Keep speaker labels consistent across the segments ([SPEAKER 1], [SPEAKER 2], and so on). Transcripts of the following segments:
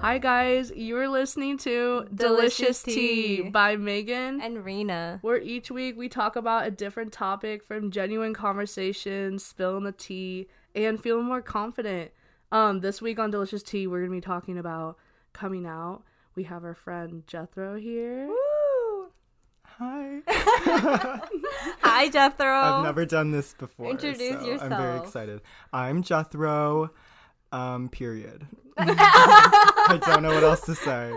[SPEAKER 1] Hi guys, you're listening to Delicious,
[SPEAKER 2] Delicious
[SPEAKER 1] Tea.
[SPEAKER 2] Tea.
[SPEAKER 1] by Megan.
[SPEAKER 2] and Rena.
[SPEAKER 1] where each week we talk about a different topic from genuine conversations, spilling the tea, and feeling more confident. Um, this week on Delicious Tea, we're gonna be talking about coming out. We have our friend Jethro here.
[SPEAKER 2] Woo!
[SPEAKER 3] Hi.
[SPEAKER 2] Hi, Jethro.
[SPEAKER 3] I've never done this before.
[SPEAKER 2] Introduce
[SPEAKER 3] so I'm very
[SPEAKER 2] yourself.
[SPEAKER 3] excited. I'm Jethro. Um, period. I don't know what else to say.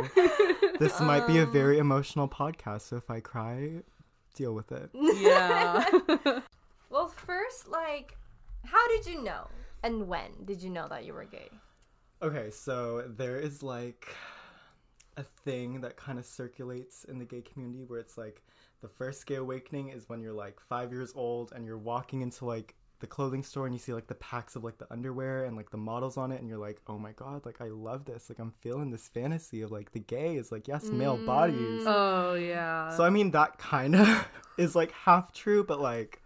[SPEAKER 3] This might be a
[SPEAKER 2] Um.
[SPEAKER 3] very emotional podcast, so if I cry, deal with it.
[SPEAKER 1] Yeah.
[SPEAKER 2] Well, first, like, how did you know? And when did you know that you were gay?
[SPEAKER 3] Okay, so there is like a thing that kind of circulates in the gay community where it's like the first gay awakening is when you're like five years old and you're walking into like the clothing store and you see like the packs of like the underwear and like the models on it and you're like, oh my god, like I love this. Like I'm feeling this fantasy of like the gay is like, yes, male bodies.
[SPEAKER 1] oh yeah.
[SPEAKER 3] So I mean, that kind of is like half true, but like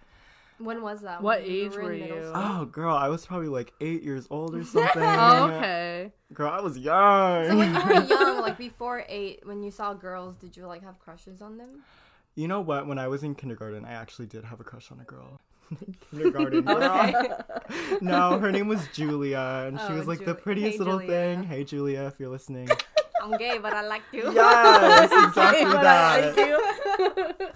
[SPEAKER 2] When was that?
[SPEAKER 1] What
[SPEAKER 2] When you
[SPEAKER 1] age were
[SPEAKER 2] in middle
[SPEAKER 1] you?
[SPEAKER 2] school?
[SPEAKER 3] Oh, girl, I was probably like eight years old or something.
[SPEAKER 1] oh, okay.
[SPEAKER 3] Girl, I was young.
[SPEAKER 2] So when you were young, like before eight, when you saw girls, did you like have crushes on them?
[SPEAKER 3] You know what? When I was in kindergarten, I actually did have a crush on a girl. kindergarten girl. no, her name was Julia, and she
[SPEAKER 2] Oh,
[SPEAKER 3] was like the
[SPEAKER 2] Ju-
[SPEAKER 3] prettiest
[SPEAKER 2] hey,
[SPEAKER 3] little
[SPEAKER 2] Julia.
[SPEAKER 3] thing. Hey, Julia, if you're listening.
[SPEAKER 2] I'm gay, but I like you.
[SPEAKER 3] yes, exactly
[SPEAKER 1] But I
[SPEAKER 3] that.
[SPEAKER 1] like you.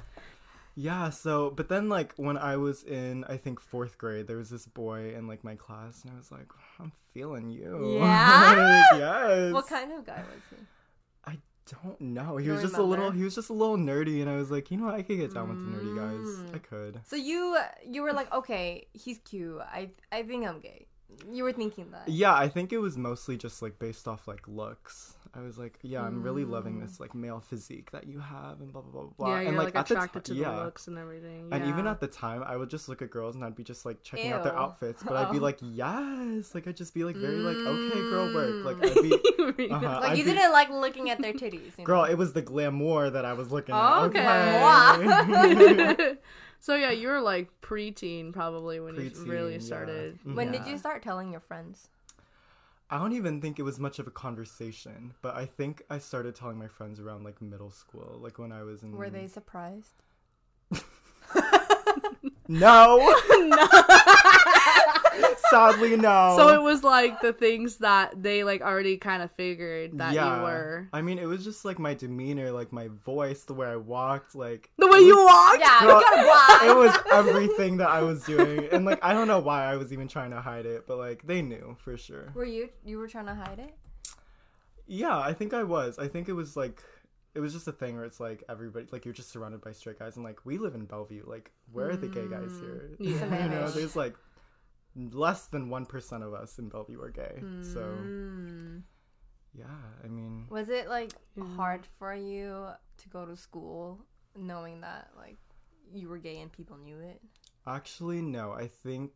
[SPEAKER 3] Yeah, so but then like when I was in I think 4th grade, there was this boy in like my class and I was like, I'm feeling you.
[SPEAKER 2] Yeah?
[SPEAKER 3] Like, yes.
[SPEAKER 2] What kind of guy was he?
[SPEAKER 3] I don't know. He
[SPEAKER 2] You
[SPEAKER 3] was just a
[SPEAKER 2] remember?
[SPEAKER 3] little he was just a little nerdy and I was like, you know, what? I could get down with the nerdy guys. I
[SPEAKER 2] Mm.
[SPEAKER 3] could.
[SPEAKER 2] So you you were like, okay, he's cute. I I think I'm gay. You were thinking that.
[SPEAKER 3] Yeah, I think it was mostly just like based off like looks. I was like, yeah, I'm really loving this like male physique that you have and blah blah blah blah.
[SPEAKER 1] Mm. Yeah,
[SPEAKER 3] and
[SPEAKER 1] you're like,
[SPEAKER 3] at the
[SPEAKER 1] attracted
[SPEAKER 3] ti-
[SPEAKER 1] to
[SPEAKER 3] yeah.
[SPEAKER 1] the looks and everything.
[SPEAKER 3] And even
[SPEAKER 1] yeah.
[SPEAKER 3] at the time, I would just look at girls and I'd be just like checking out their
[SPEAKER 2] Ew.
[SPEAKER 3] outfits, but I'd be
[SPEAKER 2] Oh.
[SPEAKER 3] like, yes, like I'd just be like very like okay, girl,
[SPEAKER 1] Mm.
[SPEAKER 3] work. Like I'd be uh-huh,
[SPEAKER 2] Like
[SPEAKER 3] I'd
[SPEAKER 2] you
[SPEAKER 3] be-
[SPEAKER 2] didn't like looking at their titties. You
[SPEAKER 3] Girl,
[SPEAKER 2] know?
[SPEAKER 3] it was the glamour that I was looking at.
[SPEAKER 1] Okay.
[SPEAKER 3] Uh-huh.
[SPEAKER 1] so yeah, you were like preteen probably when
[SPEAKER 3] Preteen,
[SPEAKER 1] you really
[SPEAKER 3] yeah.
[SPEAKER 1] started.
[SPEAKER 3] Mhm.
[SPEAKER 2] when did
[SPEAKER 1] Yeah.
[SPEAKER 2] you start telling your friends?
[SPEAKER 3] I don't even think it was much of a conversation, but I think I started telling my friends around like middle school, like when I was in.
[SPEAKER 2] Were they surprised?
[SPEAKER 3] No. Sadly, no.
[SPEAKER 1] So it was like the things that they like already kind of figured that you were.
[SPEAKER 3] I mean, it was just like my demeanor, like my voice, the way I walked, like
[SPEAKER 1] The way you walked?
[SPEAKER 2] Yeah,
[SPEAKER 3] Girl,
[SPEAKER 2] you gotta walk.
[SPEAKER 3] it was everything that I was doing, and like I don't know why I was even trying to hide it, but like they knew for sure.
[SPEAKER 2] Were you you were trying to hide it?
[SPEAKER 3] Yeah, I think I was. I think it was like it was just a thing where it's like everybody like you're just surrounded by straight guys and like we live in Bellevue. Like where are the gay guys here?
[SPEAKER 1] Mm. yeah.
[SPEAKER 3] you know,
[SPEAKER 2] Right.
[SPEAKER 3] there's like less than 1% of us in Bellevue are gay.
[SPEAKER 1] Mm.
[SPEAKER 3] So yeah, I mean
[SPEAKER 2] Was it like hard for you to go to school knowing that like you were gay and people knew it?
[SPEAKER 3] actually no. I think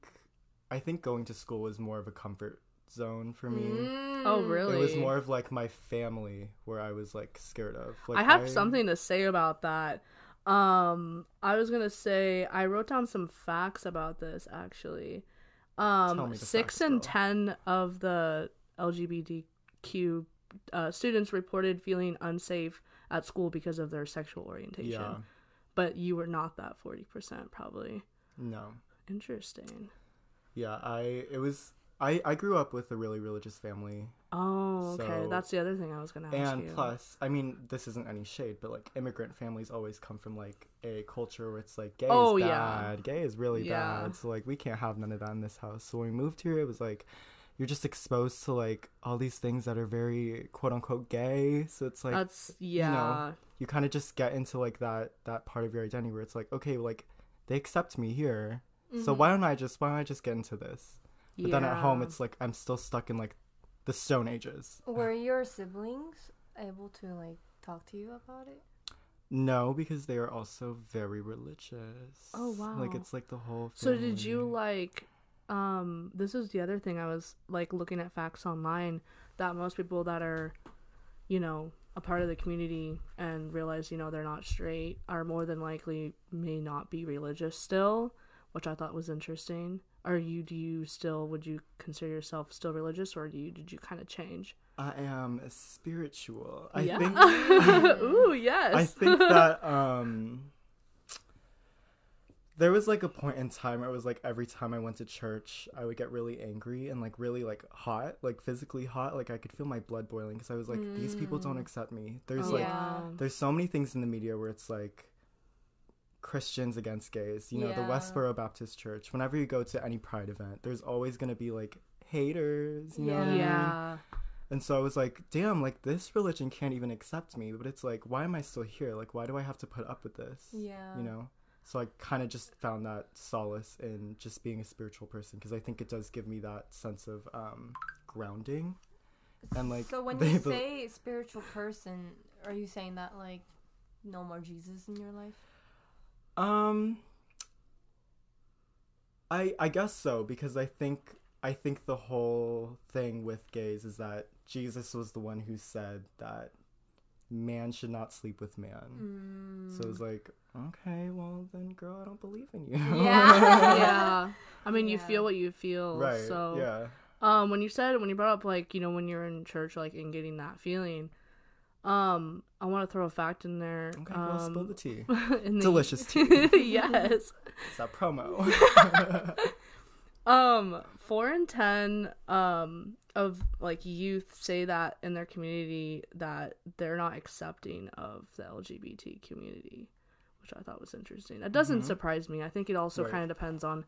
[SPEAKER 3] I think going to school was more of a comfort zone for me.
[SPEAKER 1] Oh really?
[SPEAKER 3] It was more of like my family where I was like scared of. Like
[SPEAKER 1] I have something to say about that. Um I was going to say I wrote down some facts about this actually.
[SPEAKER 3] Tell
[SPEAKER 1] Um
[SPEAKER 3] me the
[SPEAKER 1] 6
[SPEAKER 3] facts,
[SPEAKER 1] and 10
[SPEAKER 3] girl.
[SPEAKER 1] of the LGBTQ uh, students reported feeling unsafe at school because of their sexual orientation.
[SPEAKER 3] Yeah.
[SPEAKER 1] But you were not that 40% probably.
[SPEAKER 3] No.
[SPEAKER 1] Interesting.
[SPEAKER 3] Yeah, I it was I I grew up with a really religious family
[SPEAKER 1] Oh, okay.
[SPEAKER 3] So-
[SPEAKER 1] That's the other thing I was gonna ask
[SPEAKER 3] and
[SPEAKER 1] you.
[SPEAKER 3] plus i mean this isn't any shade but like immigrant families always come from like a culture where it's like gay
[SPEAKER 1] Oh,
[SPEAKER 3] is
[SPEAKER 1] yeah.
[SPEAKER 3] bad gay is really
[SPEAKER 1] Yeah.
[SPEAKER 3] bad so like we can't have none of that in this house so when we moved here it was like you're just exposed to like all these things that are very quote unquote gay so it's like
[SPEAKER 1] that's
[SPEAKER 3] you
[SPEAKER 1] yeah.
[SPEAKER 3] know you kind of just get into like that that part of your identity where it's like okay like they accept me here so why don't i just why don't i just get into this but then at home
[SPEAKER 1] Mm-hmm. Yeah.
[SPEAKER 3] it's like i'm still stuck in like the stone ages
[SPEAKER 2] Mm. Were your siblings able to like talk to you about it?
[SPEAKER 3] No, because they are also very religious.
[SPEAKER 1] Oh,
[SPEAKER 3] Like
[SPEAKER 1] wow.
[SPEAKER 3] it's like the whole.
[SPEAKER 1] So did you
[SPEAKER 3] family.
[SPEAKER 1] like? Um, this is the other thing I was like looking at facts online that most people that are, you know, a part of the community and realize you know they're not straight are more than likely may not be religious still, which I thought was interesting. Are you? Do you still? Would you consider yourself still religious, or do you? Did you kind of change?
[SPEAKER 3] I am spiritual. I
[SPEAKER 1] yeah.
[SPEAKER 3] think
[SPEAKER 1] Ooh, yes.
[SPEAKER 3] I think that um there was like a point in time where it was like every time I went to church, I would get really angry and like really like hot, like physically hot, like I could feel my blood boiling because I was like these people don't accept me. There's
[SPEAKER 1] Oh,
[SPEAKER 3] like
[SPEAKER 2] Yeah.
[SPEAKER 1] wow.
[SPEAKER 3] there's so many things in the media where it's like Christians against gays, you know, the
[SPEAKER 2] Yeah.
[SPEAKER 3] Westboro Baptist Church. Whenever you go to any pride event, there's always going to be like haters, you know what I mean?
[SPEAKER 1] yeah.
[SPEAKER 3] And so I was like, damn, like this religion can't even accept me. But it's like, why am I still here? Like, why do I have to put up with this?
[SPEAKER 2] Yeah.
[SPEAKER 3] You know? So I kind of just found that solace in just being a spiritual person because I think it does give me that sense of um, grounding. And like,
[SPEAKER 2] so when
[SPEAKER 3] they
[SPEAKER 2] you
[SPEAKER 3] bel-
[SPEAKER 2] say spiritual person, are you saying that like no more Jesus in your life?
[SPEAKER 3] Um, I I guess so because I think I think the whole thing with gays is that Jesus was the one who said that man should not sleep with man.
[SPEAKER 2] Mm.
[SPEAKER 3] So it's like, okay, well then, girl, I don't believe in you.
[SPEAKER 2] Yeah.
[SPEAKER 1] yeah. I mean, you
[SPEAKER 2] Yeah.
[SPEAKER 1] feel what you feel.
[SPEAKER 3] right.
[SPEAKER 1] So,
[SPEAKER 3] Yeah.
[SPEAKER 1] um, when you said, when you brought up, like, you know, when you're in church, like, and getting that feeling, um, I want to throw a fact in there.
[SPEAKER 3] Okay.
[SPEAKER 1] um,
[SPEAKER 3] well, spill the tea.
[SPEAKER 1] in the-
[SPEAKER 3] Delicious tea.
[SPEAKER 1] yes.
[SPEAKER 3] It's that promo.
[SPEAKER 1] Um, four in ten um of like youth say that in their community that they're not accepting of the LGBT community, which I thought was interesting. It doesn't surprise me. I think it also
[SPEAKER 3] Mm-hmm. Right.
[SPEAKER 1] kind of depends on,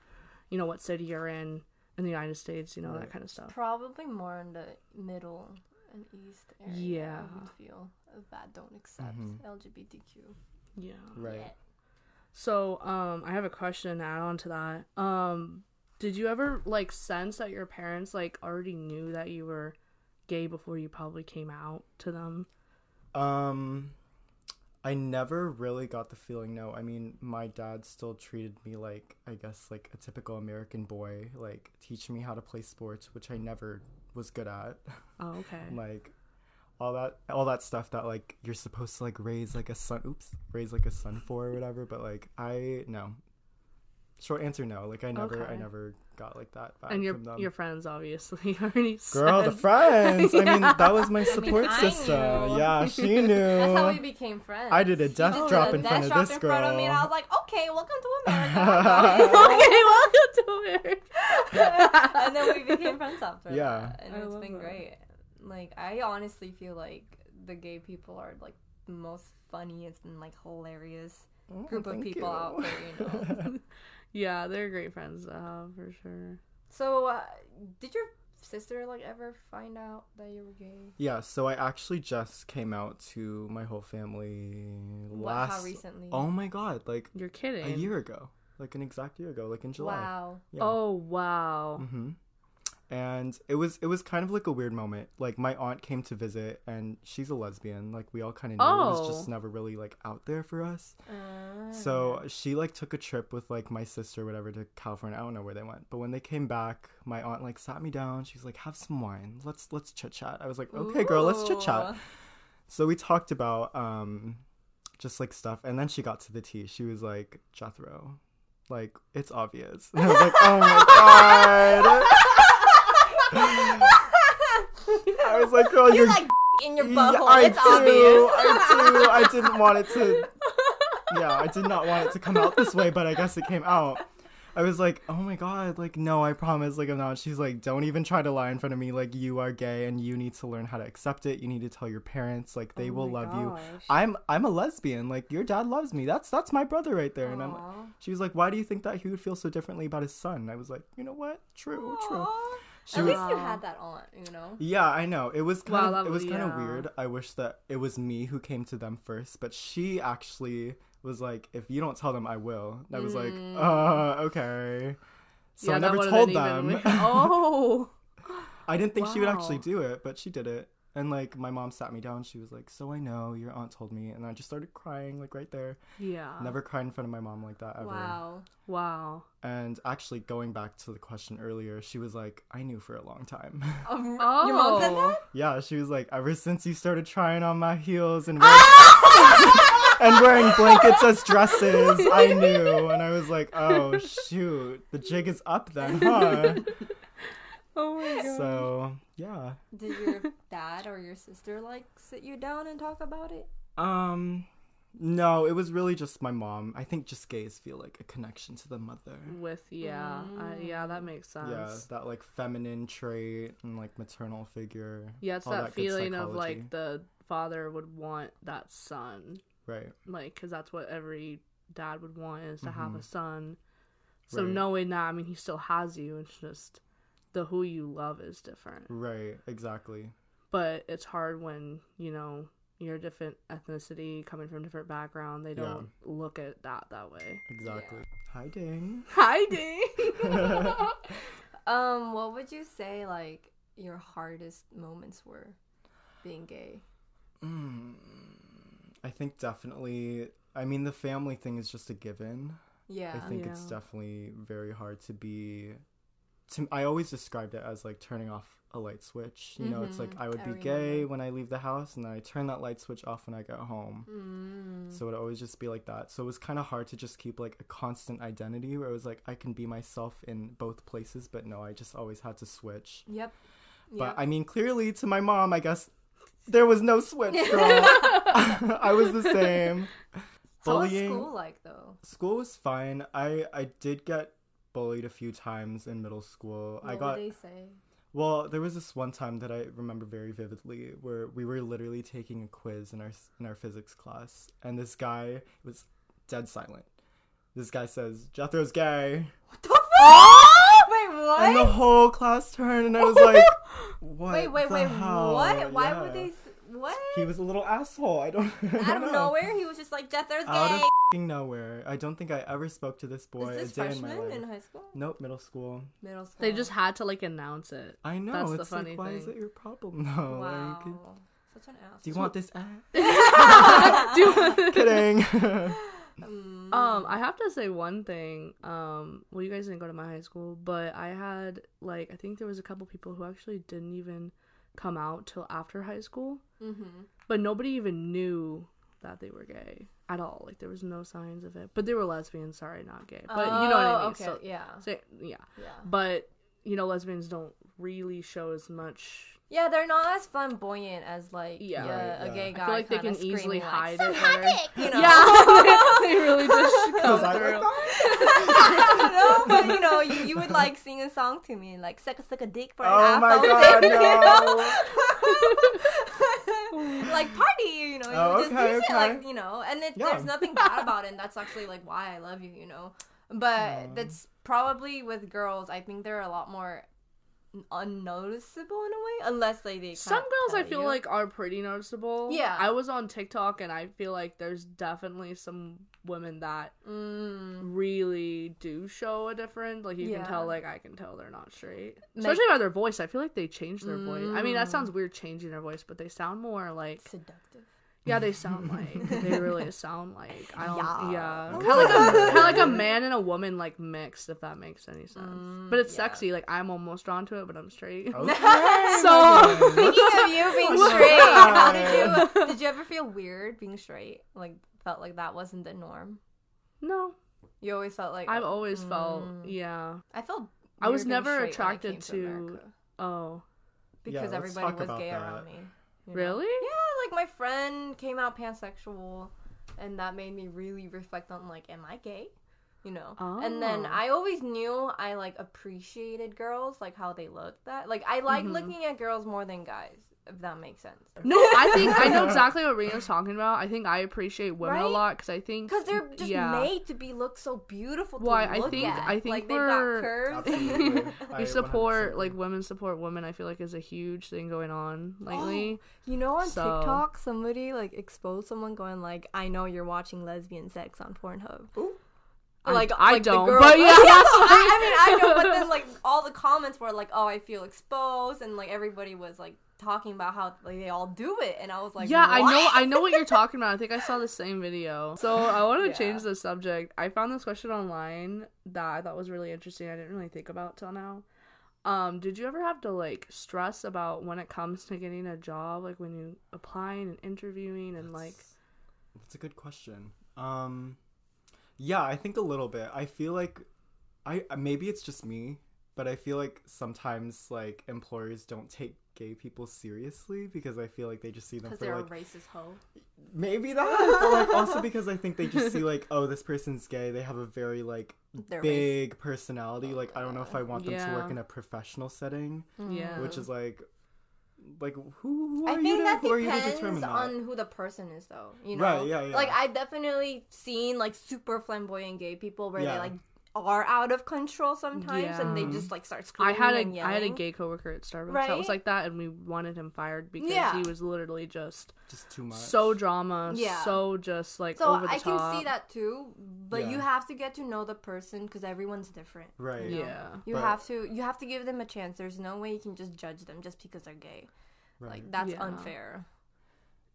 [SPEAKER 1] you know, what city you're in in the United States. You know that
[SPEAKER 3] Right.
[SPEAKER 1] kind of stuff.
[SPEAKER 2] Probably more in the middle and east area.
[SPEAKER 1] Yeah.
[SPEAKER 2] I would feel that don't accept
[SPEAKER 3] Mhm.
[SPEAKER 2] LGBTQ.
[SPEAKER 1] Yeah.
[SPEAKER 3] right.
[SPEAKER 1] So um, I have a question to add on to that. Um, did you ever like sense that your parents like already knew that you were gay before you probably came out to them?
[SPEAKER 3] Um, I never really got the feeling. No, I mean, my dad still treated me like, I guess, like a typical American boy, like teaching me how to play sports, which I never was good at.
[SPEAKER 1] Oh, okay.
[SPEAKER 3] like all that, all that stuff that like you're supposed to like raise like a sun. Oops, raise like a sun for or whatever. But like I no. Short answer, no. Like I never, I
[SPEAKER 1] Okay.
[SPEAKER 3] never got like that vibe
[SPEAKER 1] and your
[SPEAKER 3] from them.
[SPEAKER 1] your friends obviously already
[SPEAKER 3] Girl,
[SPEAKER 1] said.
[SPEAKER 3] the friends. I mean,
[SPEAKER 1] Yeah.
[SPEAKER 3] that was my support
[SPEAKER 2] I
[SPEAKER 3] system.
[SPEAKER 2] knew.
[SPEAKER 3] Yeah, she knew.
[SPEAKER 2] That's how we became friends.
[SPEAKER 3] Uh, I did a
[SPEAKER 2] She
[SPEAKER 3] death
[SPEAKER 2] just
[SPEAKER 1] drop
[SPEAKER 2] did a
[SPEAKER 1] in
[SPEAKER 2] death
[SPEAKER 3] front of
[SPEAKER 2] drop
[SPEAKER 3] this
[SPEAKER 2] in front of me, and
[SPEAKER 3] girl.
[SPEAKER 2] I was like, "Okay, welcome to
[SPEAKER 1] okay,
[SPEAKER 2] America."
[SPEAKER 1] welcome to America.
[SPEAKER 2] and then we became friends after.
[SPEAKER 3] Yeah.
[SPEAKER 2] that, and
[SPEAKER 1] I
[SPEAKER 2] it's
[SPEAKER 1] love
[SPEAKER 2] been
[SPEAKER 1] that.
[SPEAKER 2] great. Like I honestly feel like the gay people are like the most funniest and like hilarious group of
[SPEAKER 3] Oh, thank
[SPEAKER 2] people
[SPEAKER 3] you.
[SPEAKER 2] out there. You know.
[SPEAKER 1] Yeah, they're great friends to have for sure.
[SPEAKER 2] so, uh, did your sister like ever find out that you were gay?
[SPEAKER 3] yeah, so I actually just came out to my whole family
[SPEAKER 2] What-
[SPEAKER 3] last.
[SPEAKER 2] how recently?
[SPEAKER 3] Oh my god, like
[SPEAKER 1] You're kidding.
[SPEAKER 3] a year ago, like an exact year ago, like in July.
[SPEAKER 2] Wow.
[SPEAKER 3] Yeah.
[SPEAKER 1] Oh wow.
[SPEAKER 3] hmm And it was it was kind of like a weird moment. Like my aunt came to visit, and she's a lesbian. Like we all kind of knew it was
[SPEAKER 1] Oh.
[SPEAKER 3] just never really like out there for us.
[SPEAKER 2] Uh,
[SPEAKER 3] So she like took a trip with like my sister, or whatever, to California. I don't know where they went, but when they came back, my aunt like sat me down. She's like, "Have some wine. Let's let's chit chat." I was like, "Okay, girl, let's chit chat."
[SPEAKER 2] Ooh.
[SPEAKER 3] So we talked about um just like stuff and then she got to the tea. She was like, Jethro, like it's obvious. And I was like, Oh my god I was like, girl,
[SPEAKER 2] you
[SPEAKER 3] you're
[SPEAKER 2] Ah. like in your
[SPEAKER 3] Yeah,
[SPEAKER 2] butthole.
[SPEAKER 3] I
[SPEAKER 2] it's
[SPEAKER 3] do,
[SPEAKER 2] obvious.
[SPEAKER 3] I do. I didn't want it to Yeah, I did not want it to come out this way, but I guess it came out. I was like, oh my god, like no, I promise, like I'm not. She's like, don't even try to lie in front of me, like you are gay and you need to learn how to accept it. You need to tell your parents, like they
[SPEAKER 1] Oh
[SPEAKER 3] will
[SPEAKER 1] my
[SPEAKER 3] love you.
[SPEAKER 1] gosh.
[SPEAKER 3] I'm I'm a lesbian. Like your dad loves me. That's that's my brother right there. And I'm like,
[SPEAKER 2] Aw.
[SPEAKER 3] she was like, why do you think that he would feel so differently about his son? And I was like, you know what? True, true.
[SPEAKER 2] Aw.
[SPEAKER 3] She
[SPEAKER 2] At
[SPEAKER 3] was,
[SPEAKER 2] least you had that aunt, you know.
[SPEAKER 3] yeah, I know. It was kind
[SPEAKER 1] Wow,
[SPEAKER 3] of
[SPEAKER 1] that
[SPEAKER 3] it was
[SPEAKER 1] was-
[SPEAKER 3] kind of
[SPEAKER 1] yeah.
[SPEAKER 3] weird. I wish that it was me who came to them first, but she actually was like, if you don't tell them, I will. And I was like, uh, okay.
[SPEAKER 1] Mm.
[SPEAKER 3] So
[SPEAKER 1] yeah, that
[SPEAKER 3] I never
[SPEAKER 1] would've
[SPEAKER 3] told
[SPEAKER 1] been even
[SPEAKER 3] them.
[SPEAKER 1] weird. oh.
[SPEAKER 3] I didn't think she would actually
[SPEAKER 1] Wow.
[SPEAKER 3] do it, but she did it. And like my mom sat me down, she was like, "So I know your aunt told me," and I just started crying like right there.
[SPEAKER 1] Yeah.
[SPEAKER 3] Never cried in front of my mom like that ever.
[SPEAKER 2] Wow.
[SPEAKER 1] Wow.
[SPEAKER 3] And actually, going back to the question earlier, she was like, I knew for a long time.
[SPEAKER 1] Oh.
[SPEAKER 2] Your mom said that?
[SPEAKER 3] yeah, she was like, ever since you started trying on my heels and wearing, and wearing blankets as dresses, I knew. And I was like, oh, shoot, the jig is up then, huh?
[SPEAKER 1] Oh my god.
[SPEAKER 3] So yeah.
[SPEAKER 2] Did your dad or your sister like sit you down and talk about it?
[SPEAKER 3] Um, no, it was really just my mom. I think just gays feel like a connection to the mother.
[SPEAKER 1] With yeah, uh, yeah, that makes sense.
[SPEAKER 3] Yeah, that like feminine trait and like maternal figure.
[SPEAKER 1] Yeah, it's
[SPEAKER 3] all
[SPEAKER 1] that,
[SPEAKER 3] good
[SPEAKER 1] feeling of
[SPEAKER 3] psychology.
[SPEAKER 1] like the father would want that son,
[SPEAKER 3] right.
[SPEAKER 1] like because that's what every dad would want is to have a son. So
[SPEAKER 3] Mm-hmm. Right.
[SPEAKER 1] knowing that, I mean, he still has you. It's just the who you love is different,
[SPEAKER 3] Right, exactly.
[SPEAKER 1] but it's hard when you know you're a different ethnicity, coming from different background. They
[SPEAKER 3] Yeah.
[SPEAKER 1] don't look at that that way.
[SPEAKER 3] Exactly. Hi Ding.
[SPEAKER 1] Hi, Ding.
[SPEAKER 2] Um, what would you say like your hardest moments were being gay?
[SPEAKER 3] Mm, I think definitely I mean the family thing is just a given.
[SPEAKER 2] Yeah.
[SPEAKER 3] I think it's
[SPEAKER 1] Yeah.
[SPEAKER 3] definitely very hard to be to I always described it as like turning off a light switch. You know, it's like I would
[SPEAKER 2] Mm-hmm. I
[SPEAKER 3] be
[SPEAKER 2] remember.
[SPEAKER 3] gay when I leave the house and then I turn that light switch off when I get home.
[SPEAKER 2] Mm.
[SPEAKER 3] So it would always just be like that. So it was kind of hard to just keep like a constant identity where it was like I can be myself in both places, but no, I just always had to switch.
[SPEAKER 2] Yep.
[SPEAKER 3] But
[SPEAKER 2] Yep.
[SPEAKER 3] I mean, clearly to my mom, I guess there was no switch, girl. I was the same.
[SPEAKER 2] so what's
[SPEAKER 3] bullying.
[SPEAKER 2] school like though?
[SPEAKER 3] School was fine. I I did get bullied a few times in middle school.
[SPEAKER 2] What
[SPEAKER 3] I got
[SPEAKER 2] would they say?
[SPEAKER 3] well, there was this one time that I remember very vividly where we were literally taking a quiz in our in our physics class, and this guy was dead silent. This guy says Jethro's gay,
[SPEAKER 2] What the fuck? Wait, what?
[SPEAKER 3] and the whole class turned, and I was like, "What?
[SPEAKER 2] wait, wait,
[SPEAKER 3] the
[SPEAKER 2] wait.
[SPEAKER 3] hell?"
[SPEAKER 2] What? Why
[SPEAKER 3] Yeah.
[SPEAKER 2] would they? s- What?
[SPEAKER 3] He was a little asshole. I don't. I
[SPEAKER 2] Out
[SPEAKER 3] don't
[SPEAKER 2] of
[SPEAKER 3] know.
[SPEAKER 2] nowhere, he was just like, "Death, there's
[SPEAKER 3] Out of
[SPEAKER 2] gay."
[SPEAKER 3] fing nowhere. I don't think I ever spoke to this boy
[SPEAKER 2] Is this
[SPEAKER 3] a day in my
[SPEAKER 2] freshman
[SPEAKER 3] life.
[SPEAKER 2] in high school?
[SPEAKER 3] Nope, middle school.
[SPEAKER 2] Middle school.
[SPEAKER 1] they just had to like announce it.
[SPEAKER 3] I know.
[SPEAKER 1] That's the
[SPEAKER 3] it's like,
[SPEAKER 1] funny
[SPEAKER 3] why is
[SPEAKER 1] thing.
[SPEAKER 3] it your problem? No,
[SPEAKER 2] wow.
[SPEAKER 3] like,
[SPEAKER 2] Such an ass.
[SPEAKER 3] do you want this? ass?
[SPEAKER 1] Do-
[SPEAKER 3] Kidding.
[SPEAKER 2] Mm.
[SPEAKER 1] Um, I have to say one thing. Um, well, you guys didn't go to my high school, but I had like I think there was a couple people who actually didn't even come out till after high school,
[SPEAKER 2] Mm-hmm.
[SPEAKER 1] but nobody even knew that they were gay at all. Like there was no signs of it, but they were lesbians. Sorry, not gay, but you know what I mean.
[SPEAKER 2] Oh, Okay.
[SPEAKER 1] So,
[SPEAKER 2] yeah.
[SPEAKER 1] so- yeah,
[SPEAKER 2] Yeah.
[SPEAKER 1] but you know, lesbians don't really show as much.
[SPEAKER 2] Yeah, they're not as flamboyant as like
[SPEAKER 1] Yeah.
[SPEAKER 2] yeah,
[SPEAKER 3] Right,
[SPEAKER 2] a gay
[SPEAKER 1] I
[SPEAKER 2] guy.
[SPEAKER 1] feel like they
[SPEAKER 2] kinda
[SPEAKER 1] can easily
[SPEAKER 2] screaming, like,
[SPEAKER 1] hide
[SPEAKER 2] "Some
[SPEAKER 1] it
[SPEAKER 2] hot
[SPEAKER 1] better."
[SPEAKER 2] dick," You know?
[SPEAKER 1] Yeah, they really just come
[SPEAKER 3] Was I like
[SPEAKER 1] through.
[SPEAKER 2] no, but you know, you, you would like sing a song to me, like suck a suck a dick for an
[SPEAKER 3] Oh
[SPEAKER 2] half
[SPEAKER 3] my
[SPEAKER 2] hour,"
[SPEAKER 3] God,
[SPEAKER 2] you know? like party, you know, you
[SPEAKER 3] Oh,
[SPEAKER 2] just do
[SPEAKER 3] okay,
[SPEAKER 2] shit,
[SPEAKER 3] okay.
[SPEAKER 2] like you know, and it,
[SPEAKER 3] Yeah.
[SPEAKER 2] there's nothing bad about it. And that's actually like why I love you, you know. But
[SPEAKER 3] Aw.
[SPEAKER 2] that's probably with girls. I think they're a lot more unnoticeable in a way, unless they, they
[SPEAKER 1] Some
[SPEAKER 2] kinda
[SPEAKER 1] girls I
[SPEAKER 2] tell
[SPEAKER 1] feel
[SPEAKER 2] you.
[SPEAKER 1] like are pretty noticeable.
[SPEAKER 2] Yeah.
[SPEAKER 1] I was on TikTok and I feel like there's definitely some women that
[SPEAKER 2] Mm.
[SPEAKER 1] really do show a difference. Like you can
[SPEAKER 2] Yeah.
[SPEAKER 1] tell like I can tell they're not straight.
[SPEAKER 2] Like-
[SPEAKER 1] Especially by their voice. I feel like they change their voice. I mean that
[SPEAKER 2] Mm.
[SPEAKER 1] sounds weird changing their voice, but they sound more like
[SPEAKER 2] seductive.
[SPEAKER 1] yeah, they sound like they really sound like I don't
[SPEAKER 2] Yeah.
[SPEAKER 1] yeah. Kinda like a kinda like a man and a woman like mixed if that makes any sense.
[SPEAKER 2] Mm,
[SPEAKER 1] but it's
[SPEAKER 2] yeah.
[SPEAKER 1] sexy, like I'm almost onto it, but I'm straight.
[SPEAKER 3] Oh. Okay.
[SPEAKER 1] So
[SPEAKER 2] Speaking of you being
[SPEAKER 1] What's
[SPEAKER 2] straight, how did
[SPEAKER 3] up?
[SPEAKER 2] you did you ever feel weird being straight? Like felt like that wasn't the norm.
[SPEAKER 1] no.
[SPEAKER 2] You always felt like
[SPEAKER 1] I've always felt
[SPEAKER 2] Mm.
[SPEAKER 1] yeah.
[SPEAKER 2] I felt.
[SPEAKER 1] I was
[SPEAKER 2] weird being
[SPEAKER 1] never
[SPEAKER 2] straight when I
[SPEAKER 1] attracted
[SPEAKER 2] came to,
[SPEAKER 1] to-
[SPEAKER 2] America
[SPEAKER 1] Oh.
[SPEAKER 3] Yeah,
[SPEAKER 2] because
[SPEAKER 3] let's
[SPEAKER 2] everybody
[SPEAKER 3] talk
[SPEAKER 2] was
[SPEAKER 3] about
[SPEAKER 2] gay
[SPEAKER 3] that.
[SPEAKER 2] around me. you know?
[SPEAKER 1] Really?
[SPEAKER 2] Yeah, like my friend came out pansexual, and that made me really reflect on like, am I gay? You know. And then
[SPEAKER 1] Oh.
[SPEAKER 2] I always knew I like appreciated girls, like how they looked. That like I like
[SPEAKER 1] Mhm.
[SPEAKER 2] looking at girls more than guys, if that makes sense.
[SPEAKER 1] No, I think I know exactly what Rina's talking about. I think I appreciate women a
[SPEAKER 2] Right?
[SPEAKER 1] lot because I think
[SPEAKER 2] Because they're just
[SPEAKER 1] yeah.
[SPEAKER 2] made to be look so beautiful. To
[SPEAKER 1] Why, I
[SPEAKER 2] look
[SPEAKER 1] think-
[SPEAKER 2] at.
[SPEAKER 1] I think
[SPEAKER 2] like,
[SPEAKER 1] we're-
[SPEAKER 2] they've got
[SPEAKER 3] Absolutely.
[SPEAKER 2] curves.
[SPEAKER 3] I
[SPEAKER 1] We
[SPEAKER 3] 100%
[SPEAKER 1] support like
[SPEAKER 3] agree.
[SPEAKER 1] women support women. I feel like is a huge thing going on lately.
[SPEAKER 2] you know, on
[SPEAKER 1] So-
[SPEAKER 2] TikTok, somebody like exposed someone going like, "I know you're watching lesbian sex on Pornhub."
[SPEAKER 3] Ooh.
[SPEAKER 1] I-
[SPEAKER 2] Like
[SPEAKER 1] I
[SPEAKER 2] like the
[SPEAKER 1] don't,
[SPEAKER 2] girl-
[SPEAKER 1] but yeah,
[SPEAKER 2] so
[SPEAKER 1] that's
[SPEAKER 2] I, I mean, I know,
[SPEAKER 1] what-
[SPEAKER 2] but then like all the comments were like, "Oh, I feel exposed," and like everybody was like talking about how like, they all do it, and I was like,
[SPEAKER 1] yeah, I know.
[SPEAKER 2] "What?"
[SPEAKER 1] I know what you're talking about. I think I saw the same video. So I want to
[SPEAKER 2] Yeah.
[SPEAKER 1] change the subject. I found this question online that I thought was really interesting. I didn't really think about till now. Um, did you ever have to like stress about when it comes to getting a job, like when you applying and interviewing and like
[SPEAKER 3] That's- that's a good question. Um, yeah, I think a little bit. I feel like I maybe it's just me but I feel like sometimes like employers don't take gay people seriously because I feel like they just see them
[SPEAKER 2] because
[SPEAKER 3] for
[SPEAKER 2] they're
[SPEAKER 3] like
[SPEAKER 2] a racist hoe.
[SPEAKER 3] maybe that, but like also because I think they just see like oh this person's gay. They have a very like
[SPEAKER 2] They're racist.
[SPEAKER 3] big personality. Like I don't know if I want them to work
[SPEAKER 1] Yeah.
[SPEAKER 3] in a professional setting,
[SPEAKER 2] Mm-hmm.
[SPEAKER 1] Yeah.
[SPEAKER 3] which is like like who, who
[SPEAKER 2] Oh. I
[SPEAKER 3] are
[SPEAKER 2] think
[SPEAKER 3] you to
[SPEAKER 2] that
[SPEAKER 3] who are you to
[SPEAKER 2] depends
[SPEAKER 3] determine that?
[SPEAKER 2] on who the person is, though. You know,
[SPEAKER 3] Right, yeah, yeah.
[SPEAKER 2] Like I've definitely seen like super flamboyant gay people where
[SPEAKER 3] Yeah.
[SPEAKER 2] they like are out of control sometimes, and they
[SPEAKER 1] Yeah.
[SPEAKER 2] just like start
[SPEAKER 1] I
[SPEAKER 2] screaming.
[SPEAKER 1] had
[SPEAKER 2] and
[SPEAKER 1] a
[SPEAKER 2] yelling.
[SPEAKER 1] I had a gay coworker at Starbucks that
[SPEAKER 2] Right?
[SPEAKER 1] was like that, and we wanted him fired because
[SPEAKER 2] Yeah.
[SPEAKER 1] he was literally just
[SPEAKER 3] just tay much.
[SPEAKER 1] so drama,
[SPEAKER 2] Yeah.
[SPEAKER 1] so just like
[SPEAKER 2] So
[SPEAKER 1] over the
[SPEAKER 2] I can
[SPEAKER 1] top.
[SPEAKER 2] see that too, but you
[SPEAKER 3] Yeah.
[SPEAKER 2] have to get to know the person because everyone's different.
[SPEAKER 3] right.
[SPEAKER 2] you know?
[SPEAKER 1] Yeah.
[SPEAKER 2] You
[SPEAKER 3] But-
[SPEAKER 2] have to you have to give them a chance. There's no way you can just judge them just because they're gay.
[SPEAKER 3] Right.
[SPEAKER 2] Like that's
[SPEAKER 1] Yeah.
[SPEAKER 2] unfair.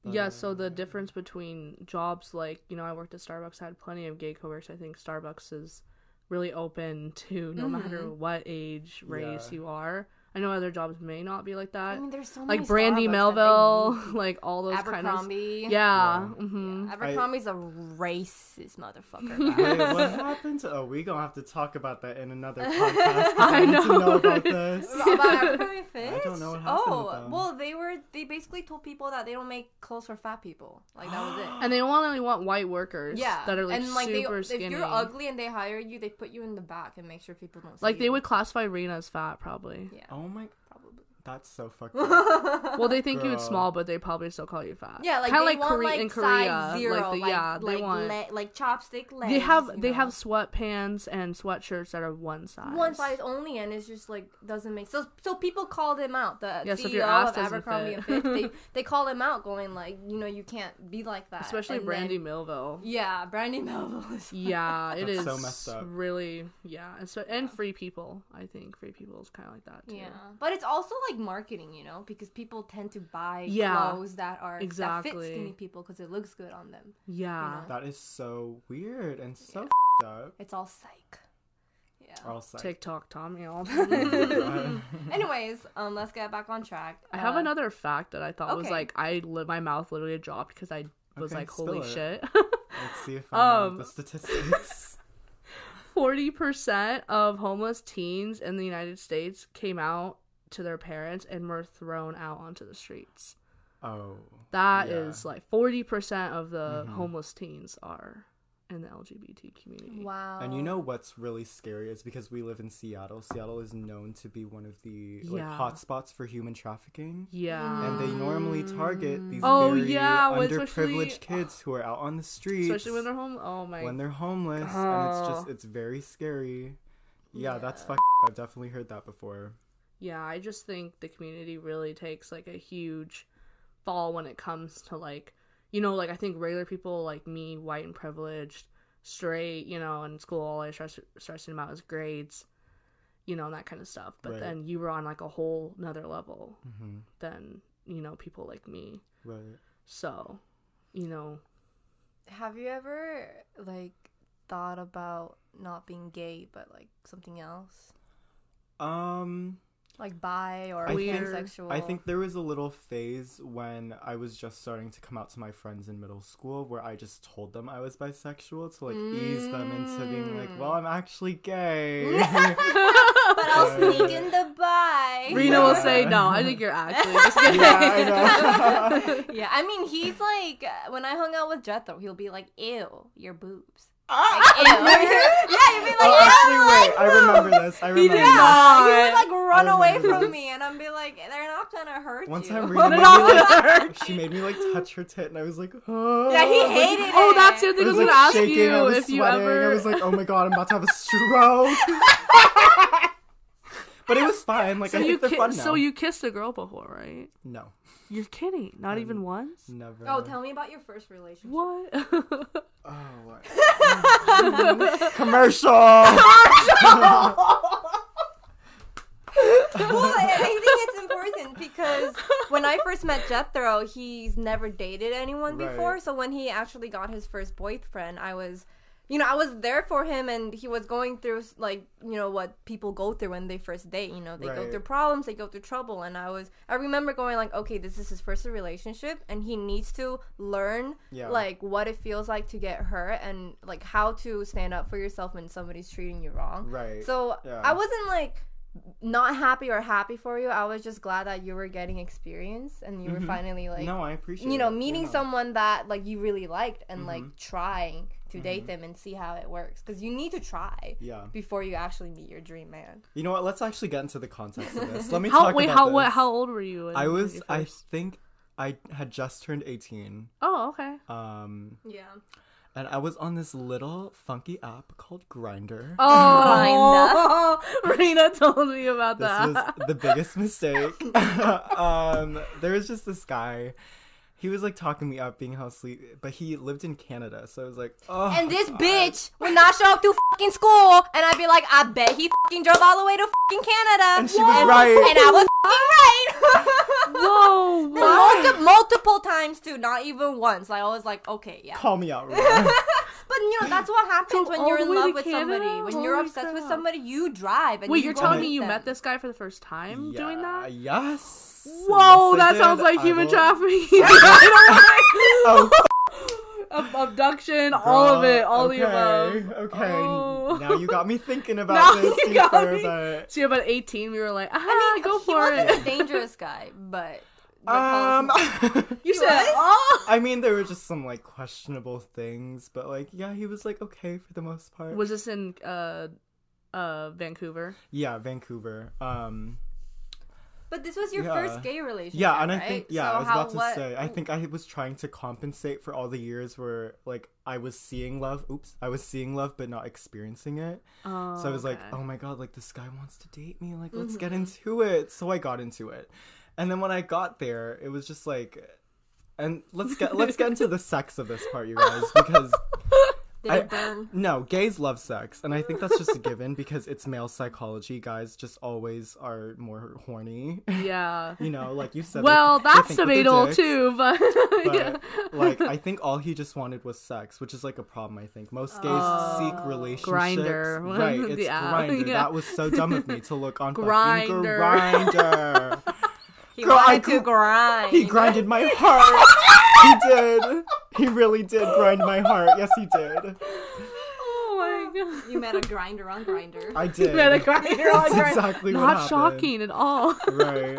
[SPEAKER 1] Yeah,
[SPEAKER 2] uh,
[SPEAKER 1] so the difference between jobs, like, you know, I worked at Starbucks, I had plenty of gay coworkers. I think Starbucks is really open to no matter
[SPEAKER 2] Mm-hmm.
[SPEAKER 1] what age, race
[SPEAKER 3] Yeah.
[SPEAKER 1] you are. I know other jobs may not be like
[SPEAKER 2] I
[SPEAKER 1] that.
[SPEAKER 2] mean, there's so many
[SPEAKER 1] like Brandy
[SPEAKER 2] Oh, Starbucks that they
[SPEAKER 1] Melville,
[SPEAKER 2] need.
[SPEAKER 1] like all those kind of.
[SPEAKER 2] Abercrombie.
[SPEAKER 1] Yeah.
[SPEAKER 3] Yeah.
[SPEAKER 1] hmm
[SPEAKER 2] Abercrombie's a racist motherfucker.
[SPEAKER 3] Wait,
[SPEAKER 2] man.
[SPEAKER 3] what happened to? Oh, we gonna have to talk about that in another podcast. 'cause I, need to
[SPEAKER 1] know.
[SPEAKER 3] know about this.
[SPEAKER 2] About Abercrombie Fitch?
[SPEAKER 3] I don't know what happened
[SPEAKER 2] Oh,
[SPEAKER 3] with them.
[SPEAKER 2] well, they were they basically told people that they don't make clothes for fat people. Like that was it.
[SPEAKER 1] And they only want white workers
[SPEAKER 2] Yeah,
[SPEAKER 1] that are like,
[SPEAKER 2] and like
[SPEAKER 1] super
[SPEAKER 2] they,
[SPEAKER 1] skinny.
[SPEAKER 2] if you're ugly and they hire you, they put you in the back and make sure people don't. See
[SPEAKER 1] like, they
[SPEAKER 2] you.
[SPEAKER 1] would classify Rena as fat, probably.
[SPEAKER 2] Yeah,
[SPEAKER 3] Oh my,
[SPEAKER 2] probably.
[SPEAKER 3] that's so fucked up.
[SPEAKER 1] Well, they think you
[SPEAKER 3] Girl.
[SPEAKER 1] it's small, but they probably still call you fat.
[SPEAKER 2] Yeah, like
[SPEAKER 1] kind of
[SPEAKER 2] they
[SPEAKER 1] like
[SPEAKER 2] want
[SPEAKER 1] Korea
[SPEAKER 2] like
[SPEAKER 1] in
[SPEAKER 2] size
[SPEAKER 1] Korea.
[SPEAKER 2] zero,
[SPEAKER 1] like,
[SPEAKER 2] like
[SPEAKER 1] the, yeah, they
[SPEAKER 2] like,
[SPEAKER 1] want.
[SPEAKER 2] le- like chopstick legs.
[SPEAKER 1] they have
[SPEAKER 2] you
[SPEAKER 1] they
[SPEAKER 2] know?
[SPEAKER 1] have sweatpants and sweatshirts that are one size.
[SPEAKER 2] one size only, and it's just like doesn't make so. So people called him out. The
[SPEAKER 1] Yeah, so if
[SPEAKER 2] CEO
[SPEAKER 1] your ass
[SPEAKER 2] of
[SPEAKER 1] doesn't
[SPEAKER 2] Abercrombie and Fitch,
[SPEAKER 1] fit.
[SPEAKER 2] they they called him out, going like, you know, you can't be like that.
[SPEAKER 1] especially
[SPEAKER 2] And
[SPEAKER 1] Brandy
[SPEAKER 2] then-
[SPEAKER 1] Melville.
[SPEAKER 2] yeah, Brandy Melville is
[SPEAKER 1] Yeah, it
[SPEAKER 3] That's
[SPEAKER 1] is
[SPEAKER 3] so messed up.
[SPEAKER 1] really yeah, and so and free people. I think free people is kind of like that too.
[SPEAKER 2] Yeah, but it's also like marketing, you know, because people tend to buy
[SPEAKER 1] Yeah,
[SPEAKER 2] clothes that are that fit
[SPEAKER 1] exactly.
[SPEAKER 2] skinny people because it looks good on them.
[SPEAKER 1] yeah.
[SPEAKER 2] You
[SPEAKER 3] That is so weird and so fed up.
[SPEAKER 2] It's all psych. Yeah.
[SPEAKER 3] I'll say.
[SPEAKER 1] TikTok, Tommy. I'll-
[SPEAKER 3] God.
[SPEAKER 2] Anyways, um, let's get back on track.
[SPEAKER 1] Mm-hmm. I have
[SPEAKER 2] Uh,
[SPEAKER 1] another fact that I thought was
[SPEAKER 2] okay.
[SPEAKER 1] like I li- my mouth literally dropped because I was
[SPEAKER 3] Okay,
[SPEAKER 1] like,
[SPEAKER 3] spill
[SPEAKER 1] holy
[SPEAKER 3] it.
[SPEAKER 1] shit.
[SPEAKER 3] Let's see if I know
[SPEAKER 1] Um.
[SPEAKER 3] the statistics.
[SPEAKER 1] Forty percent of homeless teens in the United States came out to their parents and were thrown out onto the streets.
[SPEAKER 3] Oh,
[SPEAKER 1] That is
[SPEAKER 3] Yeah. Mm-hmm.
[SPEAKER 1] like forty percent of the homeless teens are in the LGBT community.
[SPEAKER 2] Wow.
[SPEAKER 3] and
[SPEAKER 1] Uh,
[SPEAKER 3] you know what's really scary is because we live in Seattle. Seattle is known to be one of the like
[SPEAKER 1] Yeah.
[SPEAKER 3] hotspots for human trafficking.
[SPEAKER 1] Yeah.
[SPEAKER 3] and they normally target these
[SPEAKER 1] Oh,
[SPEAKER 3] very
[SPEAKER 1] yeah, well, especially-
[SPEAKER 3] underprivileged kids who are out on the streets,
[SPEAKER 1] Especially when they're home. Oh my.
[SPEAKER 3] when they're homeless, and it's just it's very scary. Yeah, that's fuck. I've definitely heard that before.
[SPEAKER 1] yeah, I just think the community really takes like a huge fall when it comes to like, you know, like I think regular people like me, white and privileged, straight, you know, in school, all I was stress- stressing about was grades, you know, and that kind of stuff. But
[SPEAKER 3] Right.
[SPEAKER 1] then you were on like a whole nother level than, you know, people like me.
[SPEAKER 3] Right.
[SPEAKER 1] So, you know,
[SPEAKER 2] Have you ever like thought about not being gay but like something else?
[SPEAKER 3] Um,
[SPEAKER 2] Like bi or
[SPEAKER 3] I
[SPEAKER 1] think-
[SPEAKER 2] pansexual?
[SPEAKER 3] I think there was a little phase when I was just starting to come out to my friends in middle school where I just told them I was bisexual to like ease them into being like, well, I'm actually gay.
[SPEAKER 1] Mm.
[SPEAKER 2] But I'll sneak in the bi.
[SPEAKER 1] Rena will say,
[SPEAKER 3] Yeah.
[SPEAKER 1] no, I think you're actually just kidding.
[SPEAKER 3] yeah, I know.
[SPEAKER 2] yeah, I mean, he's like when I hung out with Jethro, he'll be like, "Ew, your boobs." Like, ew. yeah, you'd be like,
[SPEAKER 3] oh,
[SPEAKER 2] "Ew,
[SPEAKER 3] actually, wait.
[SPEAKER 2] my
[SPEAKER 3] I remember
[SPEAKER 2] boobs."
[SPEAKER 3] this. I
[SPEAKER 1] He
[SPEAKER 3] remember.
[SPEAKER 1] did
[SPEAKER 3] this.
[SPEAKER 1] not.
[SPEAKER 2] He would like run
[SPEAKER 3] I
[SPEAKER 2] away
[SPEAKER 3] remember
[SPEAKER 2] from
[SPEAKER 3] this.
[SPEAKER 2] me, and I'm be like, "They're not gonna hurt
[SPEAKER 3] One
[SPEAKER 2] you."
[SPEAKER 3] time,
[SPEAKER 1] Put
[SPEAKER 3] Rena
[SPEAKER 1] it
[SPEAKER 3] made me,
[SPEAKER 1] off
[SPEAKER 3] like,
[SPEAKER 1] with her.
[SPEAKER 3] she made me like touch her tit, and I was like, oh.
[SPEAKER 2] yeah,
[SPEAKER 3] I
[SPEAKER 2] he
[SPEAKER 3] was, like,
[SPEAKER 2] hated it.
[SPEAKER 1] Oh, that's the other thing I
[SPEAKER 3] I was
[SPEAKER 1] was
[SPEAKER 3] like
[SPEAKER 1] gonna ask
[SPEAKER 3] shaking. I
[SPEAKER 1] you
[SPEAKER 3] was
[SPEAKER 1] if you
[SPEAKER 3] sweating.
[SPEAKER 1] ever.
[SPEAKER 3] I was like, oh my god, I'm about to have a stroke. but it was fine. Like
[SPEAKER 1] so
[SPEAKER 3] I
[SPEAKER 1] you
[SPEAKER 3] think they're
[SPEAKER 1] ki-
[SPEAKER 3] fun now.
[SPEAKER 1] so you kissed a girl before, right?
[SPEAKER 3] no,
[SPEAKER 1] You're kidding.
[SPEAKER 3] Um,
[SPEAKER 1] Not even once?
[SPEAKER 3] never.
[SPEAKER 2] Oh, tell me about your first relationship.
[SPEAKER 1] What?
[SPEAKER 3] Oh, what? commercial.
[SPEAKER 2] well, I I think it's important because when I first met Jethro, he's never dated anyone
[SPEAKER 3] Right.
[SPEAKER 2] before. So when he actually got his first boyfriend, I was, you know, I was there for him, and he was going through like you know what people go through when they first date. You know, they go
[SPEAKER 3] Right.
[SPEAKER 2] through problems, they go through trouble, and I was, I remember going like, okay, this is his first relationship, and he needs to learn
[SPEAKER 3] Yeah.
[SPEAKER 2] like what it feels like to get hurt and like how to stand up for yourself when somebody's treating you wrong.
[SPEAKER 3] Right.
[SPEAKER 2] So
[SPEAKER 3] Yeah.
[SPEAKER 2] I wasn't like not happy or happy for you. I was just glad that you were getting experience and you were
[SPEAKER 3] Mhm.
[SPEAKER 2] finally like
[SPEAKER 3] no, I appreciate
[SPEAKER 2] you know
[SPEAKER 3] it.
[SPEAKER 2] meeting
[SPEAKER 3] Yeah.
[SPEAKER 2] someone that like you really liked and
[SPEAKER 3] Mhm.
[SPEAKER 2] like trying to
[SPEAKER 3] Mm-hmm.
[SPEAKER 2] date them and see how it works because you need to try
[SPEAKER 3] Yeah.
[SPEAKER 2] before you actually meet your dream man.
[SPEAKER 3] You know what? Let's actually get into the context of this. Let me
[SPEAKER 1] How
[SPEAKER 3] talk
[SPEAKER 1] wait?
[SPEAKER 3] about
[SPEAKER 1] How
[SPEAKER 3] this.
[SPEAKER 1] what? How old were you? when-
[SPEAKER 3] I
[SPEAKER 1] when
[SPEAKER 3] was.
[SPEAKER 1] you
[SPEAKER 3] I
[SPEAKER 1] first-
[SPEAKER 3] think I had just turned eighteen.
[SPEAKER 1] Oh, okay.
[SPEAKER 3] Um,
[SPEAKER 2] Yeah.
[SPEAKER 3] and I was on this little funky app called Grinder.
[SPEAKER 1] Oh, Rena told me about
[SPEAKER 3] This
[SPEAKER 1] that.
[SPEAKER 3] was the biggest mistake. um, there was just this guy. He was like talking me up, being how sleep, but he lived in Canada, so I was like, oh.
[SPEAKER 2] And this bitch would not show up to fucking school, and I'd be like, I bet he fucking drove all the way to fucking Canada.
[SPEAKER 3] And she was right.
[SPEAKER 2] And I was fucking right.
[SPEAKER 1] Whoa! why?
[SPEAKER 2] Multi- multiple times too, not even once. Like, I was like, okay, yeah.
[SPEAKER 3] Call me out, Rihanna.
[SPEAKER 2] But you know, that's what happens when
[SPEAKER 1] all
[SPEAKER 2] you're
[SPEAKER 1] the
[SPEAKER 2] in
[SPEAKER 1] way
[SPEAKER 2] love
[SPEAKER 1] to
[SPEAKER 2] with somebody.
[SPEAKER 1] Canada?
[SPEAKER 2] When you're
[SPEAKER 1] Holy
[SPEAKER 2] obsessed with
[SPEAKER 1] crap.
[SPEAKER 2] somebody, you drive. And
[SPEAKER 1] Wait,
[SPEAKER 2] you
[SPEAKER 1] you're
[SPEAKER 2] go
[SPEAKER 1] telling
[SPEAKER 2] with
[SPEAKER 1] me you
[SPEAKER 2] them.
[SPEAKER 1] met this guy for the first time doing
[SPEAKER 3] Yeah,
[SPEAKER 1] that?
[SPEAKER 3] Yes.
[SPEAKER 1] Whoa,
[SPEAKER 3] Yes, I
[SPEAKER 1] that
[SPEAKER 3] did.
[SPEAKER 1] sounds like
[SPEAKER 3] I
[SPEAKER 1] human
[SPEAKER 3] will-
[SPEAKER 1] trafficking.
[SPEAKER 3] Oh,
[SPEAKER 1] Ab- abduction, all of
[SPEAKER 3] girl,
[SPEAKER 1] it, all
[SPEAKER 3] okay,
[SPEAKER 1] the above.
[SPEAKER 3] Okay.
[SPEAKER 1] Oh.
[SPEAKER 3] Now you got me thinking about
[SPEAKER 1] Now
[SPEAKER 3] this
[SPEAKER 1] you got
[SPEAKER 3] deeper,
[SPEAKER 1] me.
[SPEAKER 3] but
[SPEAKER 1] So you're about 18. We were like, ah, go
[SPEAKER 2] he
[SPEAKER 1] for
[SPEAKER 2] wasn't a
[SPEAKER 1] it.
[SPEAKER 2] dangerous guy, but. but
[SPEAKER 3] um,
[SPEAKER 2] Paul's-
[SPEAKER 1] You
[SPEAKER 2] He
[SPEAKER 1] said,
[SPEAKER 2] was?
[SPEAKER 1] oh.
[SPEAKER 3] I mean, there were just some like questionable things, but like, yeah, he was like okay for the most part.
[SPEAKER 1] "Oh, Was this in uh, uh, Vancouver?
[SPEAKER 3] yeah, Vancouver. Um,
[SPEAKER 2] But this was your
[SPEAKER 3] Yeah.
[SPEAKER 2] first gay relationship.
[SPEAKER 3] yeah, and I
[SPEAKER 2] right?
[SPEAKER 3] think yeah,
[SPEAKER 2] So
[SPEAKER 3] I was
[SPEAKER 2] how-
[SPEAKER 3] about to
[SPEAKER 2] what-
[SPEAKER 3] say, I think I was trying to compensate for all the years where like I was seeing love. Oops, I was seeing love, but not experiencing it.
[SPEAKER 1] Oh,
[SPEAKER 3] So I was like,
[SPEAKER 1] okay. Mm-hmm.
[SPEAKER 3] oh my god, like this guy wants to date me. Like, let's get into it. So I got into it. And then when I got there, it was just like and let's get let's get into the sex of this part, you guys, because
[SPEAKER 2] Did
[SPEAKER 3] I-
[SPEAKER 2] it burn?
[SPEAKER 3] no, gays love sex, and I think that's just a given because it's male psychology. Guys just always are more horny.
[SPEAKER 1] yeah.
[SPEAKER 3] You know, like you said. they-
[SPEAKER 1] Well,
[SPEAKER 3] they
[SPEAKER 1] that's
[SPEAKER 3] think with their
[SPEAKER 1] debatable
[SPEAKER 3] dicks,
[SPEAKER 1] too, but,
[SPEAKER 3] But,
[SPEAKER 1] yeah.
[SPEAKER 3] like, I think all he just wanted was sex, which is like a problem. I think most gays seek relationships.
[SPEAKER 1] Grindr.
[SPEAKER 3] right? It's
[SPEAKER 1] Oh. Yeah,
[SPEAKER 3] grinder.
[SPEAKER 1] yeah.
[SPEAKER 3] That was so dumb of me to look on
[SPEAKER 1] Grinder.
[SPEAKER 3] fucking grinder.
[SPEAKER 2] He
[SPEAKER 3] Girl, I
[SPEAKER 2] wanted to
[SPEAKER 3] gr-
[SPEAKER 2] grind.
[SPEAKER 3] he grinded my heart. he did. He really did grind my heart. Yes, he did.
[SPEAKER 1] oh my god.
[SPEAKER 2] You met a grinder on grinder.
[SPEAKER 3] I did.
[SPEAKER 1] Met a grinder on
[SPEAKER 3] That's
[SPEAKER 1] Grindr.
[SPEAKER 3] exactly what
[SPEAKER 1] Not
[SPEAKER 3] happened.
[SPEAKER 1] shocking at all.
[SPEAKER 3] Right.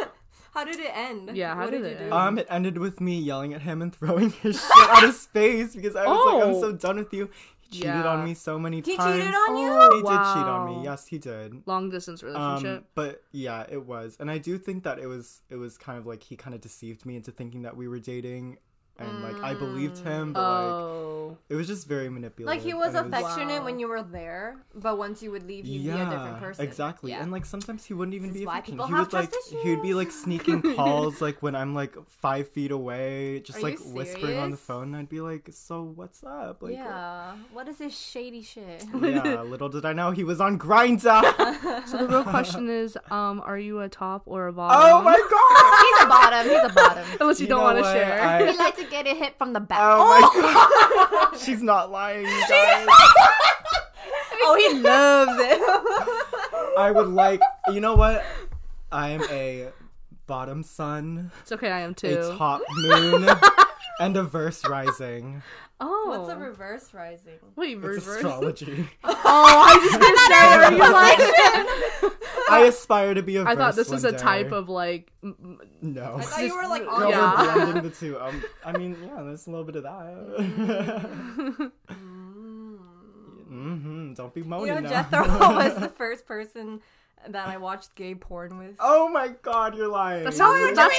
[SPEAKER 2] How did it end?
[SPEAKER 1] Yeah, how
[SPEAKER 2] what
[SPEAKER 1] did
[SPEAKER 2] did,
[SPEAKER 1] it
[SPEAKER 2] you
[SPEAKER 1] end?
[SPEAKER 2] do?
[SPEAKER 3] Um, it ended with me yelling at him and throwing his shit out of space because I was like, I'm
[SPEAKER 1] Oh.
[SPEAKER 3] so done with you. He cheated
[SPEAKER 1] Yeah.
[SPEAKER 3] on me so many
[SPEAKER 2] he
[SPEAKER 3] times.
[SPEAKER 2] cheated on you?
[SPEAKER 1] Oh,
[SPEAKER 3] He did cheat on
[SPEAKER 1] wow.
[SPEAKER 3] me. Yes, he did.
[SPEAKER 1] Long distance relationship.
[SPEAKER 3] Um, but yeah, it was, and I do think that it was. It was kind of like he kind of deceived me into thinking that we were dating, and like I believed him, but like
[SPEAKER 1] oh.
[SPEAKER 3] it was just very manipulative.
[SPEAKER 2] Mm. Like he was
[SPEAKER 3] and it
[SPEAKER 2] affectionate
[SPEAKER 1] Wow.
[SPEAKER 2] when you were there, but once you would leave, he'd be a different person.
[SPEAKER 3] Exactly.
[SPEAKER 2] Yeah.
[SPEAKER 3] And like sometimes he wouldn't even
[SPEAKER 2] This
[SPEAKER 3] be
[SPEAKER 2] is why
[SPEAKER 3] affectionate.
[SPEAKER 2] people
[SPEAKER 3] He
[SPEAKER 2] have
[SPEAKER 3] would like
[SPEAKER 2] trust
[SPEAKER 3] he would be
[SPEAKER 2] issues.
[SPEAKER 3] like sneaking calls like when I'm like five feet away, just
[SPEAKER 2] Are
[SPEAKER 3] like
[SPEAKER 2] you
[SPEAKER 3] whispering on the
[SPEAKER 2] serious?
[SPEAKER 3] phone. And I'd be like, "So what's up?" Like,
[SPEAKER 2] yeah. What is this shady shit?
[SPEAKER 3] yeah. Little did I know he was on Grinder.
[SPEAKER 1] So the real question is, um, are you a top or a bottom?
[SPEAKER 3] oh my god!
[SPEAKER 2] he's a bottom. He's a bottom.
[SPEAKER 1] Unless you, don't
[SPEAKER 3] know
[SPEAKER 1] want to
[SPEAKER 3] what?
[SPEAKER 1] share.
[SPEAKER 2] He
[SPEAKER 3] I-
[SPEAKER 2] likes to get it hit from the back.
[SPEAKER 3] oh my god! She's not lying, you guys.
[SPEAKER 2] Oh, he loves it.
[SPEAKER 3] I would like. You know what? I am a bottom sun,
[SPEAKER 1] It's okay, I am too.
[SPEAKER 3] a top moon, and a verse rising.
[SPEAKER 1] oh.
[SPEAKER 2] What's a reverse rising?
[SPEAKER 1] Wait,
[SPEAKER 3] It's
[SPEAKER 1] reverse.
[SPEAKER 3] astrology.
[SPEAKER 1] Oh, I just didn't say it. You're like-
[SPEAKER 3] I aspire to be a
[SPEAKER 1] I thought
[SPEAKER 3] verse
[SPEAKER 1] this was
[SPEAKER 3] one
[SPEAKER 1] a type
[SPEAKER 3] day.
[SPEAKER 1] of like. m- m-
[SPEAKER 3] no.
[SPEAKER 2] I thought you were like
[SPEAKER 1] Girl,
[SPEAKER 2] on
[SPEAKER 3] Girl,
[SPEAKER 1] Yeah.
[SPEAKER 3] we're blending the two. Um, I mean, yeah, there's a little bit of that.
[SPEAKER 1] Mm.
[SPEAKER 3] hmm Don't be
[SPEAKER 2] You
[SPEAKER 3] moaning
[SPEAKER 2] know,
[SPEAKER 3] now.
[SPEAKER 2] Jethro was the first person that I watched gay porn with.
[SPEAKER 3] oh my God, you're lying.
[SPEAKER 1] That sounds-
[SPEAKER 2] Do
[SPEAKER 1] that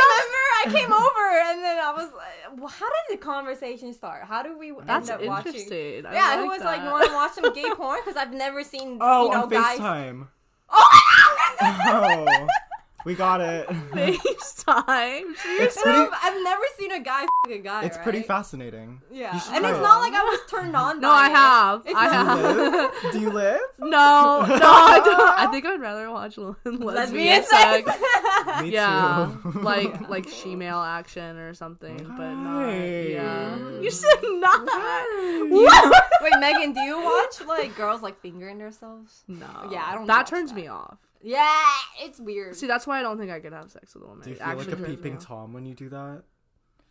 [SPEAKER 2] you remember? I came over and then I was like, well, how did the conversation start? How do we
[SPEAKER 1] That's
[SPEAKER 2] end up watching?
[SPEAKER 1] interesting. I
[SPEAKER 2] Yeah,
[SPEAKER 1] like
[SPEAKER 2] who was
[SPEAKER 1] that.
[SPEAKER 2] like, you want to watch some gay porn? Because I've never seen,
[SPEAKER 3] oh,
[SPEAKER 2] you know,
[SPEAKER 3] on
[SPEAKER 2] guys.
[SPEAKER 3] FaceTime.
[SPEAKER 2] Oh,
[SPEAKER 3] Oh, we got it.
[SPEAKER 1] FaceTime?
[SPEAKER 3] It's
[SPEAKER 2] no,
[SPEAKER 3] pretty.
[SPEAKER 2] but I've never seen a guy f- a guy.
[SPEAKER 3] It's pretty
[SPEAKER 2] right?
[SPEAKER 3] fascinating.
[SPEAKER 2] Yeah,
[SPEAKER 3] You should
[SPEAKER 2] and
[SPEAKER 3] try
[SPEAKER 2] it's
[SPEAKER 3] it.
[SPEAKER 2] not like I was turned on.
[SPEAKER 1] No,
[SPEAKER 2] by
[SPEAKER 1] I
[SPEAKER 2] it.
[SPEAKER 1] have.
[SPEAKER 2] It's
[SPEAKER 1] I
[SPEAKER 2] not-
[SPEAKER 3] Do you
[SPEAKER 1] have.
[SPEAKER 3] live? Do you live?
[SPEAKER 1] No, no, I don't. I think I'd rather watch l- lesbian
[SPEAKER 2] Lesbian
[SPEAKER 1] sex.
[SPEAKER 2] sex.
[SPEAKER 3] Me
[SPEAKER 1] Yeah,
[SPEAKER 3] too.
[SPEAKER 1] like like shemale action or something, but not.
[SPEAKER 3] Right.
[SPEAKER 1] Yeah,
[SPEAKER 3] Mm.
[SPEAKER 1] you should not.
[SPEAKER 2] Wait, Megan, do you watch like girls like fingering themselves?
[SPEAKER 1] No.
[SPEAKER 2] Yeah, I don't
[SPEAKER 1] That
[SPEAKER 2] watch
[SPEAKER 1] turns
[SPEAKER 2] that.
[SPEAKER 1] me off.
[SPEAKER 2] Yeah, it's weird.
[SPEAKER 1] See, that's why I don't think I could have sex with a woman.
[SPEAKER 3] Do you
[SPEAKER 1] It
[SPEAKER 3] feel like
[SPEAKER 1] actually
[SPEAKER 3] a
[SPEAKER 1] turns me
[SPEAKER 3] peeping
[SPEAKER 1] off.
[SPEAKER 3] tom when you do that?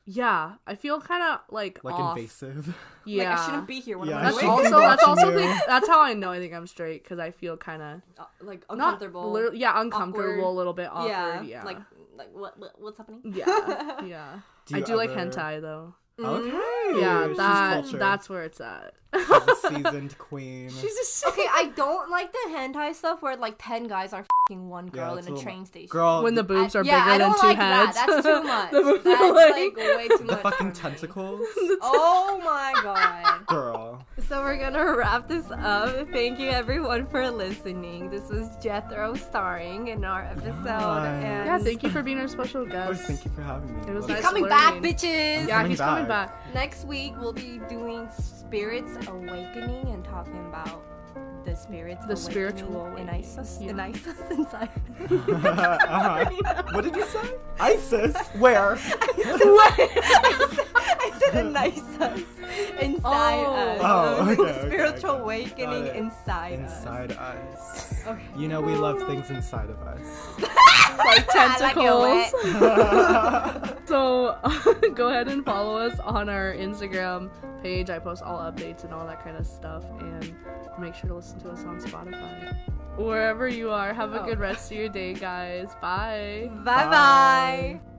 [SPEAKER 1] yeah, I feel kind of like
[SPEAKER 3] like
[SPEAKER 1] off.
[SPEAKER 3] invasive.
[SPEAKER 1] Yeah,
[SPEAKER 2] Like I shouldn't be here when
[SPEAKER 3] Yeah, I
[SPEAKER 2] I'm
[SPEAKER 1] That's
[SPEAKER 3] shouldn't
[SPEAKER 2] awake.
[SPEAKER 3] be
[SPEAKER 1] also that's
[SPEAKER 3] watching
[SPEAKER 1] also
[SPEAKER 3] you.
[SPEAKER 1] think, that's how I know I think I'm straight because I feel kind of
[SPEAKER 2] Uh, like
[SPEAKER 1] not
[SPEAKER 2] uncomfortable.
[SPEAKER 1] lit- yeah uncomfortable
[SPEAKER 2] awkward.
[SPEAKER 1] a little bit awkward yeah
[SPEAKER 2] Like like what, what what's happening?
[SPEAKER 1] yeah yeah. I
[SPEAKER 3] you
[SPEAKER 1] do like
[SPEAKER 3] ever-
[SPEAKER 1] hentai though.
[SPEAKER 3] Okay.
[SPEAKER 1] yeah,
[SPEAKER 3] she's
[SPEAKER 1] that
[SPEAKER 3] cultured.
[SPEAKER 1] that's where it's at.
[SPEAKER 3] She's a seasoned queen.
[SPEAKER 1] She's a
[SPEAKER 2] Okay, I don't like the hentai stuff where like ten guys are fing one
[SPEAKER 3] Yeah,
[SPEAKER 2] girl
[SPEAKER 3] that's
[SPEAKER 2] in a
[SPEAKER 3] little-
[SPEAKER 2] train station.
[SPEAKER 3] Girl,
[SPEAKER 1] when the boobs
[SPEAKER 2] I,
[SPEAKER 1] are
[SPEAKER 2] yeah,
[SPEAKER 1] bigger
[SPEAKER 2] I don't
[SPEAKER 1] than two
[SPEAKER 2] like
[SPEAKER 1] heads.
[SPEAKER 2] that. That's too
[SPEAKER 1] The
[SPEAKER 2] much.
[SPEAKER 1] boobs
[SPEAKER 2] That's
[SPEAKER 1] are
[SPEAKER 2] like, way too
[SPEAKER 3] the
[SPEAKER 2] much. for
[SPEAKER 3] fucking
[SPEAKER 2] me.
[SPEAKER 3] tentacles.
[SPEAKER 2] Oh my god.
[SPEAKER 3] Girl.
[SPEAKER 2] So we're gonna wrap this up. Thank you everyone for listening. This was Jethro starring in our episode.
[SPEAKER 3] Yes.
[SPEAKER 2] And
[SPEAKER 1] yeah, thank you for being our special
[SPEAKER 3] Oh,
[SPEAKER 1] guest.
[SPEAKER 3] thank you for having me.
[SPEAKER 1] It was
[SPEAKER 3] Love
[SPEAKER 1] nice
[SPEAKER 3] it.
[SPEAKER 2] coming
[SPEAKER 1] Learning.
[SPEAKER 2] back, bitches.
[SPEAKER 1] Yeah,
[SPEAKER 3] Coming
[SPEAKER 1] he's coming
[SPEAKER 3] back.
[SPEAKER 1] back.
[SPEAKER 2] Next week we'll be doing spirits awakening and talking about the spirits.
[SPEAKER 1] The
[SPEAKER 2] awakening
[SPEAKER 1] spiritual
[SPEAKER 2] in
[SPEAKER 1] awakening,
[SPEAKER 2] ISIS,
[SPEAKER 1] yeah.
[SPEAKER 2] in ISIS inside.
[SPEAKER 3] Uh-huh. What did you say? ISIS? Where?
[SPEAKER 2] I said in ISIS inside
[SPEAKER 1] Oh.
[SPEAKER 2] us.
[SPEAKER 3] Oh,
[SPEAKER 2] So
[SPEAKER 3] okay, okay,
[SPEAKER 2] spiritual
[SPEAKER 3] okay.
[SPEAKER 2] awakening
[SPEAKER 3] Got it.
[SPEAKER 2] inside, us.
[SPEAKER 3] Inside us.
[SPEAKER 2] Okay.
[SPEAKER 3] You know we love things inside of us.
[SPEAKER 1] Like
[SPEAKER 2] I like your wet.
[SPEAKER 1] tentacles. So go ahead and follow us on our Instagram page. I post all updates and all that kind of stuff. And make sure to listen to us on Spotify. Wherever you are, have a
[SPEAKER 2] Oh.
[SPEAKER 1] good rest of your day, guys. Bye.
[SPEAKER 2] Bye bye.